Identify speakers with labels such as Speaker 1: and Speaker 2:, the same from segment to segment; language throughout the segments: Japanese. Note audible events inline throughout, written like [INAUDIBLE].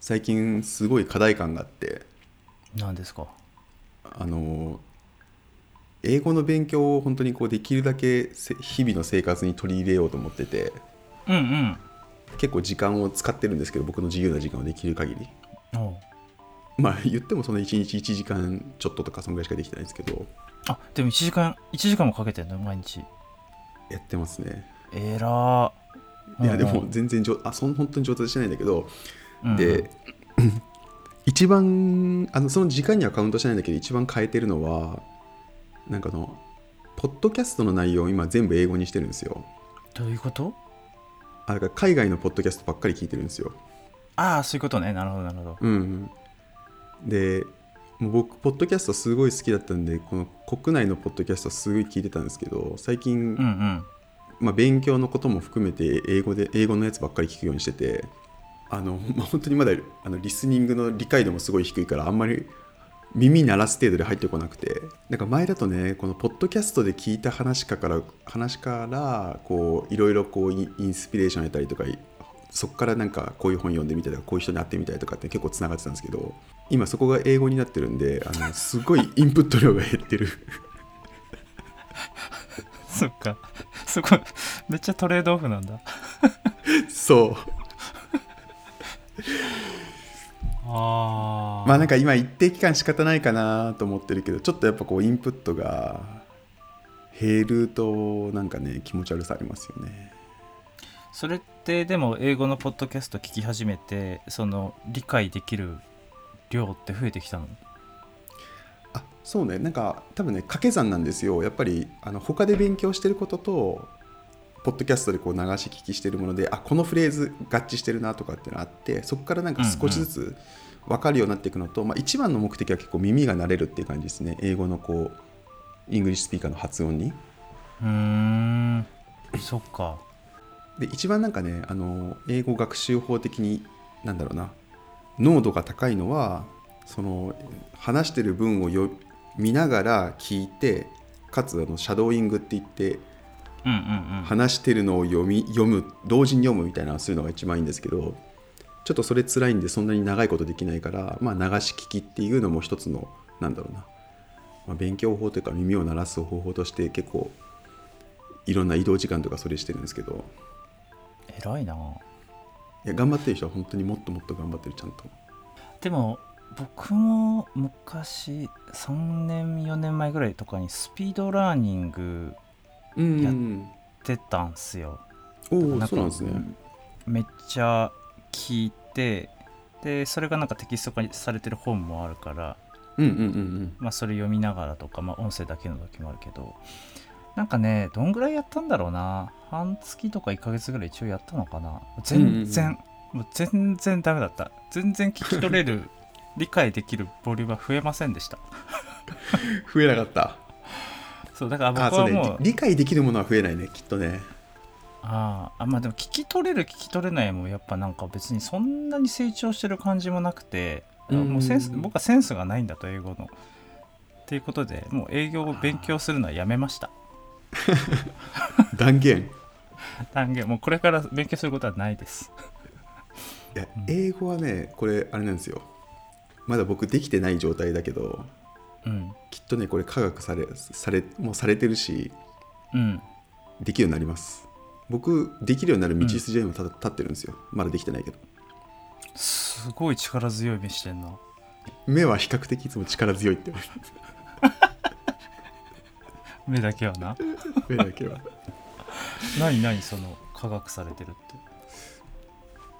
Speaker 1: 最近すごい課題感があって
Speaker 2: 何ですか
Speaker 1: あの英語の勉強を本当にこうできるだけせ日々の生活に取り入れようと思ってて
Speaker 2: うん
Speaker 1: 結構時間を使ってるんですけど僕の自由な時間をできる限り
Speaker 2: うんおう
Speaker 1: まあ [LAUGHS] 言ってもその1日1時間ちょっととかそんぐらいしかできてないんですけど
Speaker 2: あでも1時間一時間もかけてんの毎日
Speaker 1: やってますね
Speaker 2: えら
Speaker 1: いや
Speaker 2: うん
Speaker 1: でも全然上あそん本当に上達してないんだけど
Speaker 2: うん
Speaker 1: で [LAUGHS] 一番あのその時間にはカウントしないんだけど一番変えてるのはなんかあのポッドキャストの内容を今全部英語にしてるんですよ
Speaker 2: どういうこと
Speaker 1: あだから海外のポッドキャストばっかり聞いてるんですよ
Speaker 2: ああそういうことねなるほどなるほど
Speaker 1: うんうんでもう僕ポッドキャストすごい好きだったんでこの国内のポッドキャストすごい聞いてたんですけど最近、
Speaker 2: うんうん
Speaker 1: まあ、勉強のことも含めて英語で英語のやつばっかり聞くようにしててあの、 [LAUGHS] まあ、本当にまだあのリスニングの理解度もすごい低いからあんまり耳鳴らす程度で入ってこなくてなんか前だとねこのポッドキャストで聞いた話かから話からこういろいろこうインインスピレーション得たりとかいそこからなんかこういう本読んでみたりとかこういう人に会ってみたりとかって結構つながってたんですけど今そこが英語になってるんであのすごいインプット量が減ってる [LAUGHS]
Speaker 2: そっか [LAUGHS] そこめっちゃトレードオフなんだ
Speaker 1: そう
Speaker 2: あ
Speaker 1: まあなんか今一定期間仕方ないかなと思ってるけどちょっとやっぱこうインプットが減るとなんかね気持ち悪さありますよね
Speaker 2: それってでも英語のポッドキャスト聞き始めてその理解できる量って増えてきたの
Speaker 1: あそうねなんか多分ね掛け算なんですよやっぱりあの他で勉強してることとポッドキャストでこう流し聞きしてるものであこのフレーズ合致してるなとかっていうのあってそこからなんか少しずつ分かるようになっていくのと、まあ、一番の目的は結構耳が慣れるっていう感じですね英語のこうイングリッシュスピーカーの発音に。
Speaker 2: うーんそっか
Speaker 1: で一番なんかねあの英語学習法的になんだろうな濃度が高いのはその話してる文をよ見ながら聞いてかつあのシャドーイングって言って
Speaker 2: うんうんうん
Speaker 1: 話してるのを読み読む同時に読むみたいなのをするのが一番いいんですけどちょっとそれ辛いんでそんなに長いことできないから、まあ、流し聞きっていうのも一つのなんだろうな、まあ、勉強法というか耳を鳴らす方法として結構いろんな移動時間とかそれしてるんですけど。
Speaker 2: 偉いない
Speaker 1: や頑張ってる人は本当にもっともっと頑張ってるちゃんと
Speaker 2: でも僕も昔3年4年前ぐらいとかにスピードラーニング
Speaker 1: うん
Speaker 2: 出たんすよ
Speaker 1: おお
Speaker 2: か
Speaker 1: そうなんですね
Speaker 2: めっちゃ聞いてでそれがなんかテキスト化されてる本もあるから
Speaker 1: うんうんうん
Speaker 2: まあ、それ読みながらとか、まあ、音声だけの時もあるけどなんかねどんぐらいやったんだろうな半月とか1ヶ月ぐらい一応やったのかな全然、
Speaker 1: うんう
Speaker 2: もう全然ダメだった全然聞き取れる [LAUGHS] 理解できるボリュームは増えませんでした
Speaker 1: うん増えなかった
Speaker 2: そうだから
Speaker 1: あ
Speaker 2: 僕
Speaker 1: そ
Speaker 2: は
Speaker 1: う
Speaker 2: もう
Speaker 1: ねり理解できるものは増えないねきっとね
Speaker 2: あーあまあでも聞き取れる聞き取れないもやっぱなんか別にそんなに成長してる感じもなくて、
Speaker 1: うん
Speaker 2: もうセンス僕はセンスがないんだと英語のっていうことでもう営業を勉強するのはやめました
Speaker 1: 断言
Speaker 2: 単元もうこれから勉強することはないです
Speaker 1: いや
Speaker 2: うん
Speaker 1: 英語はねこれあれなんですよまだ僕できてない状態だけど
Speaker 2: うん
Speaker 1: きっとねこれ科学されされもうされてるし
Speaker 2: うん
Speaker 1: できるようになります僕できるようになる道筋は今立立ってるんですよまだできてないけど
Speaker 2: すごい力強い目してんな
Speaker 1: 目は比較的いつも力強いって言われて
Speaker 2: 目だけはな
Speaker 1: 目だけは
Speaker 2: 何何その科学されてるって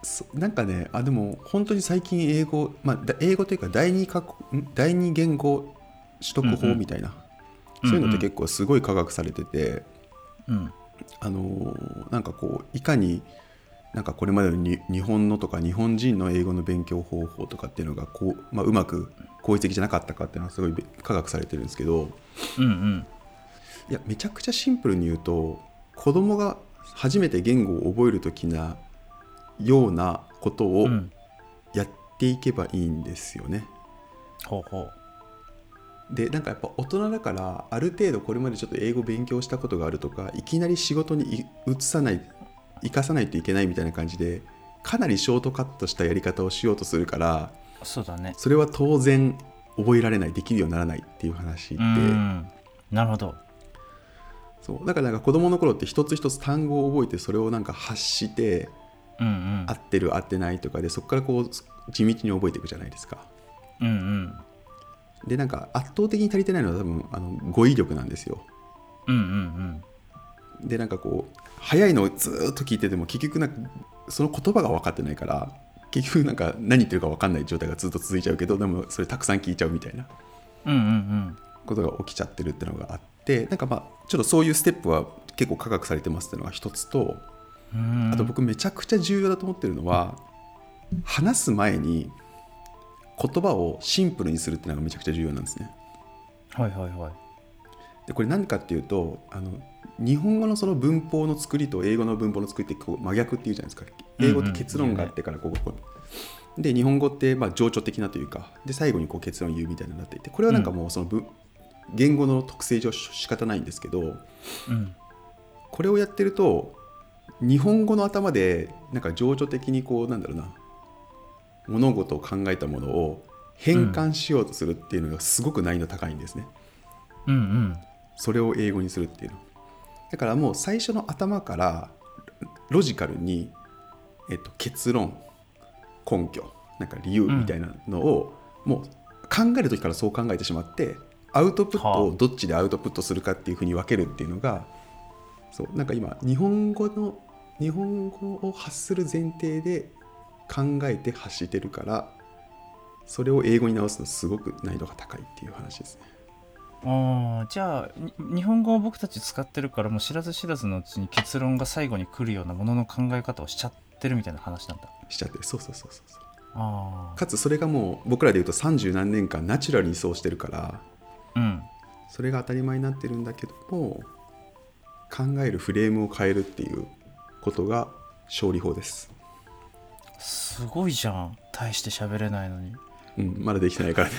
Speaker 1: そなんかねあでも本当に最近英語、まあ、だ英語というか第二か国第二言語取得法みたいな、
Speaker 2: うんうん
Speaker 1: そういうのって結構すごい科学されてて、
Speaker 2: うん
Speaker 1: あのーなんかこういかになんかこれまでのに日本のとか日本人の英語の勉強方法とかっていうのがこう,、まあ、うまく効率的じゃなかったかっていうのはすごいべ科学されてるんですけど
Speaker 2: うんうん
Speaker 1: いやめちゃくちゃシンプルに言うと子供が初めて言語を覚える時なようなことを、
Speaker 2: うん
Speaker 1: やっていけばいいんですよね。
Speaker 2: ほうほう
Speaker 1: でなんかやっぱ大人だからある程度これまでちょっと英語勉強したことがあるとかいきなり仕事にい移さない生かさないといけないみたいな感じでかなりショートカットしたやり方をしようとするから
Speaker 2: そうだね
Speaker 1: それは当然覚えられないできるようにならないっていう話で、
Speaker 2: うんなるほど
Speaker 1: そうだからなんか子どもの頃って一つ一つ単語を覚えてそれをなんか発して
Speaker 2: うんうん
Speaker 1: 合ってる合ってないとかでそこからこう地道に覚えていくじゃないですか。
Speaker 2: うんうん
Speaker 1: でなんか圧倒的に足りてないのは多分あの語彙力なんですよ。
Speaker 2: うんうん
Speaker 1: でなんかこう早いのをずーっと聞いてても結局なんかその言葉が分かってないから結局なんか何言ってるか分かんない状態がずっと続いちゃうけどでもそれたくさん聞いちゃうみたいな
Speaker 2: うんうんうん
Speaker 1: ことが起きちゃってるってのがあってなんかまあちょっとそういうステップは結構科学されてますっていうのが一つと
Speaker 2: うん
Speaker 1: あと僕めちゃくちゃ重要だと思ってるのは話す前に言葉をシンプルにするってのがめちゃくちゃ重要なんですね。
Speaker 2: はいはいはい
Speaker 1: でこれ何かっていうとあの日本語のその文法の作りと英語の文法の作りってこう真逆っていうじゃないですか英語って結論があってからこうこうこうで日本語ってまあ情緒的なというかで最後にこう結論を言うみたいになっていてこれはなんかもうその文、言語の特性上仕方ないんですけど
Speaker 2: うん
Speaker 1: これをやってると日本語の頭でなんか情緒的にこうなんだろうな物事を考えたものを変換しようとするっていうのがすごく難易度高いんですね。
Speaker 2: うんうん
Speaker 1: それを英語にするっていうのだからもう最初の頭からロジカルに、えっと、結論根拠なんか理由みたいなのを、もう考える時からそう考えてしまってアウトプットをどっちでアウトプットするかっていうふうに分けるっていうのが、そうなんか今日本語の日本語を発する前提で考えて発してるからそれを英語に直すのすごく難易度が高いっていう話ですね。
Speaker 2: ああじゃあに日本語を僕たち使ってるからもう知らず知らずのうちに結論が最後に来るようなものの考え方をしちゃってるみたいな話なんだ
Speaker 1: しちゃってそうそうそうそうそう。
Speaker 2: ああ
Speaker 1: かつそれがもう僕らでいうと三十何年間ナチュラルにそうしてるから
Speaker 2: うん
Speaker 1: それが当たり前になってるんだけども考えるフレームを変えるっていうことが勝利法です、
Speaker 2: すごいじゃん大して喋れないのに
Speaker 1: うん、まだできてないからね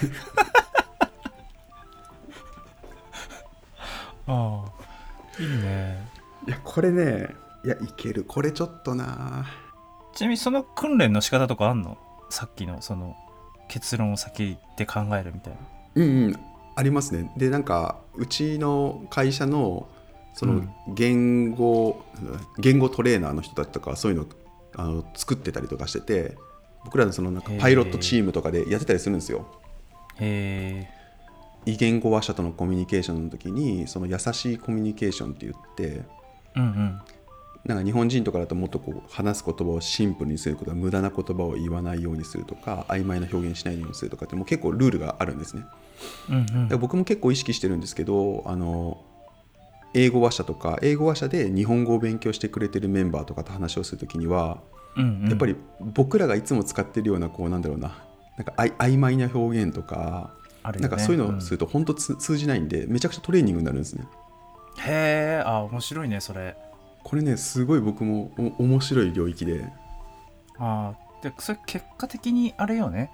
Speaker 2: ああいいね
Speaker 1: [LAUGHS] いやこれねいやいけるこれちょっとな
Speaker 2: ちなみにその訓練の仕方とかあんのさっきのその結論を先で考えるみたいな
Speaker 1: うんうんありますねでなんかうちの会社のそうの
Speaker 2: ん
Speaker 1: 言語、言語トレーナーの人たちとかはそういうのあの作ってたりとかしてて僕らのそのなんかパイロットチームとかでやってたりするんですよ
Speaker 2: へ
Speaker 1: 異言語話者とのコミュニケーションの時にその優しいコミュニケーションって言って
Speaker 2: えうんうん
Speaker 1: なんか日本人とかだともっとこう話す言葉をシンプルにすることは無駄な言葉を言わないようにするとか曖昧な表現しないようにするとかってもう結構ルールがあるんですね
Speaker 2: うんうん
Speaker 1: だから僕も結構意識してるんですけどあの英語話者とか英語話者で日本語を勉強してくれてるメンバーとかと話をする時には
Speaker 2: うんうん
Speaker 1: やっぱり僕らがいつも使ってるようなこうなんだろうななんかあい曖昧な表現とか
Speaker 2: あるよ
Speaker 1: な
Speaker 2: ね
Speaker 1: んかそういうのを
Speaker 2: ん
Speaker 1: すると本当つ通じないんでめちゃくちゃトレーニングになるんですね。
Speaker 2: へえあ面白いねそれ
Speaker 1: これねすごい僕もお面白い領域で
Speaker 2: ああでそれ結果的にあれよね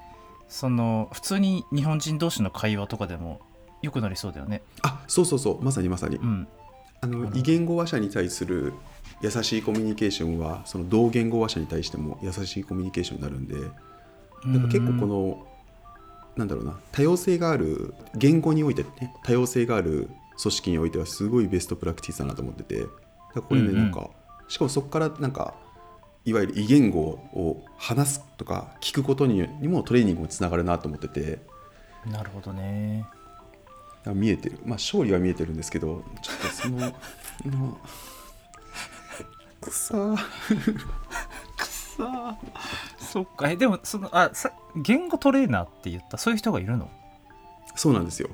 Speaker 2: その普通に日本人同士の会話とかでも良くなりそうだよね
Speaker 1: あそうそうそうまさにまさに、
Speaker 2: うん
Speaker 1: あの
Speaker 2: うん
Speaker 1: 異言語話者に対する優しいコミュニケーションはその同言語話者に対しても優しいコミュニケーションになるんでだから結構このなんだろうな多様性がある言語においてね多様性がある組織においてはすごいベストプラクティスだなと思っててだからこれね、
Speaker 2: うんうん
Speaker 1: なんかしかもそこからなんかいわゆる異言語を話すとか聞くことににもトレーニングもつながるなと思ってて。
Speaker 2: うんなるほどね
Speaker 1: あ見えてるまあ勝利は見えてるんですけどちょっとそののくそー
Speaker 2: くそーそっかえでもそのあさ言語トレーナーって言ったそういう人がいるの
Speaker 1: そうなんですよ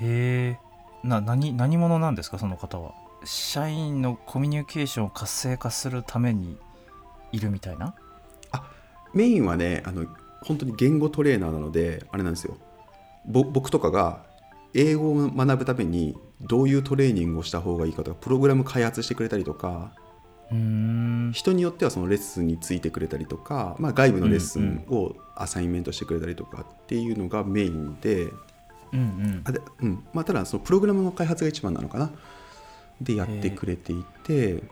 Speaker 2: へえな何何者なんですかその方は社員のコミュニケーションを活性化するためにいるみたいな
Speaker 1: メインはねあの本当に言語トレーナーなのであれなんですよぼ僕とかが英語を学ぶためにどういうトレーニングをした方がいいかとかプログラム開発してくれたりとか
Speaker 2: うーん
Speaker 1: 人によってはそのレッスンについてくれたりとか、まあ、外部のレッスンをアサインメントしてくれたりとかっていうのがメインで、
Speaker 2: うんうん
Speaker 1: あでうんまあ、ただそのプログラムの開発が一番なのかなでやってくれていて
Speaker 2: へ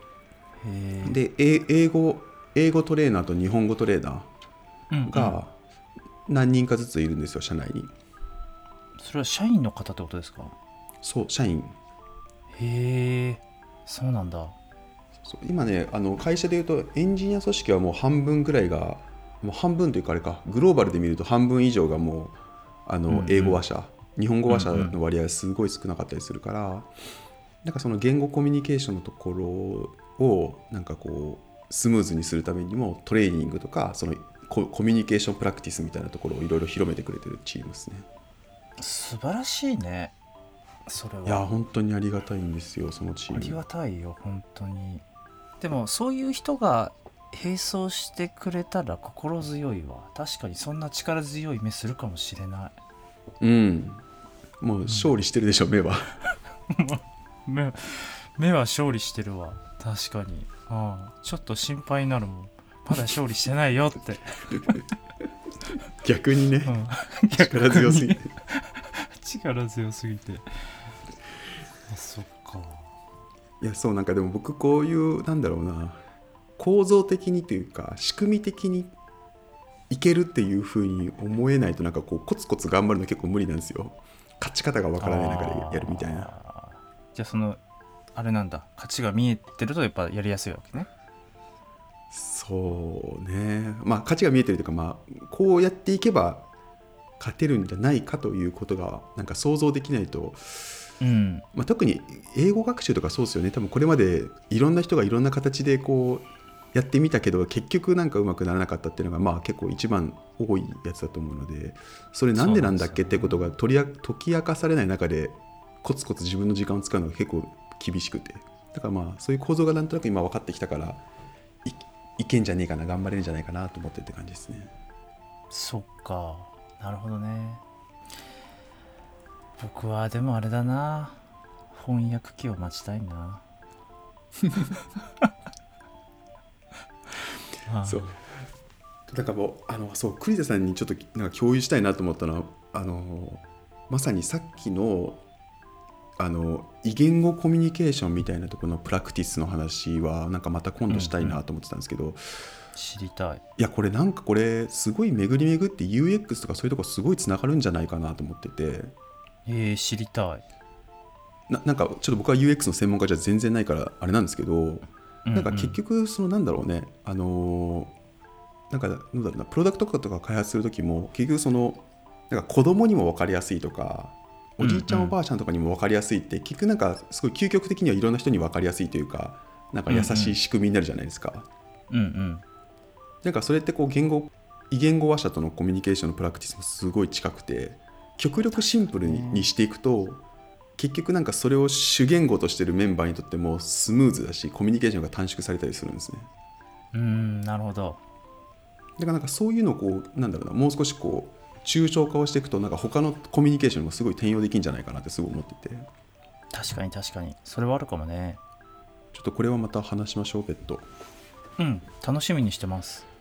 Speaker 2: え
Speaker 1: でえ英語英語トレーナーと日本語トレーナ
Speaker 2: うん
Speaker 1: ーが何人かずついるんですよ社内に
Speaker 2: それは社員の方ってことですか
Speaker 1: そう社員
Speaker 2: へえそうなんだ
Speaker 1: そう今ねあの会社でいうとエンジニア組織はもう半分ぐらいがもう半分というかあれかグローバルで見ると半分以上がもうあ
Speaker 2: うん
Speaker 1: の
Speaker 2: うん
Speaker 1: 英語話者、日本語話者の割合すごい少なかったりするから、なんかその言語コミュニケーションのところをなんかこうスムーズにするためにもトレーニングとかそのココミュニケーションプラクティスみたいなところをいろいろ広めてくれてるチームですね。
Speaker 2: 素晴らしいねそれはい
Speaker 1: や本当にありがたいんですよそのチー
Speaker 2: あり
Speaker 1: ム
Speaker 2: が。たいよ本当にでもそういう人が並走してくれたら心強いわ確かにそんな力強い目するかもしれな
Speaker 1: うん。もう勝利してるでしょ目 [LAUGHS] は。
Speaker 2: い目目は勝利してるわ確かにああちょっと心配になるもんまだ勝利してないよって、
Speaker 1: 逆にね。
Speaker 2: う
Speaker 1: [LAUGHS]
Speaker 2: ん、
Speaker 1: 力強すぎて
Speaker 2: [LAUGHS] 力強すぎてあそっか
Speaker 1: いやそうなんかでも僕こういうなんだろうな構造的にというか仕組み的にいけるっていうふうに思えないとなんかこうコツコツ頑張るの結構無理なんですよ勝ち方がわからない中でやるみたいな
Speaker 2: あーじゃあそのあれなんだ勝ちが見えてるとやっぱやりやすいわけね
Speaker 1: そうねまあ勝ちが見えてるというかまあこうやっていけば勝てるんじゃないかということがなんか想像できないと
Speaker 2: うん
Speaker 1: まあ、特に英語学習とかそうですよね多分これまでいろんな人がいろんな形でこうやってみたけど結局なんかうまくならなかったっていうのがまあ結構一番多いやつだと思うのでそれなんでなんだっけってことが取りあ解き明かされない中でコツコツ自分の時間を使うのが結構厳しくてだからまあそういう構造がなんとなく今分かってきたからいいけんじゃねえかな頑張れるんじゃないかなと思ってって感じですね。
Speaker 2: そっかなるほどね僕はでもあれだな翻訳機を待ちたい
Speaker 1: [LAUGHS]
Speaker 2: な [LAUGHS] ああ
Speaker 1: そうだからもうあのそう栗田さんにちょっとなんか共有したいなと思ったのはあのまさにさっきのあの異言語コミュニケーションみたいなところのプラクティスの話はなんかまた今度したいなと思ってたんですけど、い
Speaker 2: 知りたい
Speaker 1: やこれなんかこれすごい巡り巡って UX とかそういうとこすごいつながるんじゃないかなと思ってて
Speaker 2: えー、知りたい、
Speaker 1: ななんかちょっと僕は UX の専門家じゃ全然ないからあれなんですけど
Speaker 2: う
Speaker 1: なんか結局そのなんだろうねあのーなんかなんだろうなプロダクトとか開発する時も結局そのなんか子供にも分かりやすいとかおじいちゃん
Speaker 2: うんう
Speaker 1: お
Speaker 2: ん
Speaker 1: ばあちゃんとかにも分かりやすいって、結局なんかすごい究極的にはいろんな人に分かりやすいというかなんか優しい仕組みになるじゃないですか。
Speaker 2: うんうん
Speaker 1: なんかそれってこう言語異言語話者とのコミュニケーションのプラクティスもすごい近くて極力シンプルに
Speaker 2: うん
Speaker 1: にしていくと結局なんかそれを主言語としてるメンバーにとってもスムーズだしコミュニケーションが短縮されたりするんですね。
Speaker 2: うーんなるほど
Speaker 1: だからなんかそういうのをこうなんだろうなもう少しこう抽象化をしていくとなんか他のコミュニケーションにもすごい転用できるんじゃないかなってすごい思ってて
Speaker 2: 確かに確かにそれはあるかもね
Speaker 1: ちょっとこれはまた話しましょう別途
Speaker 2: うん楽しみにしてます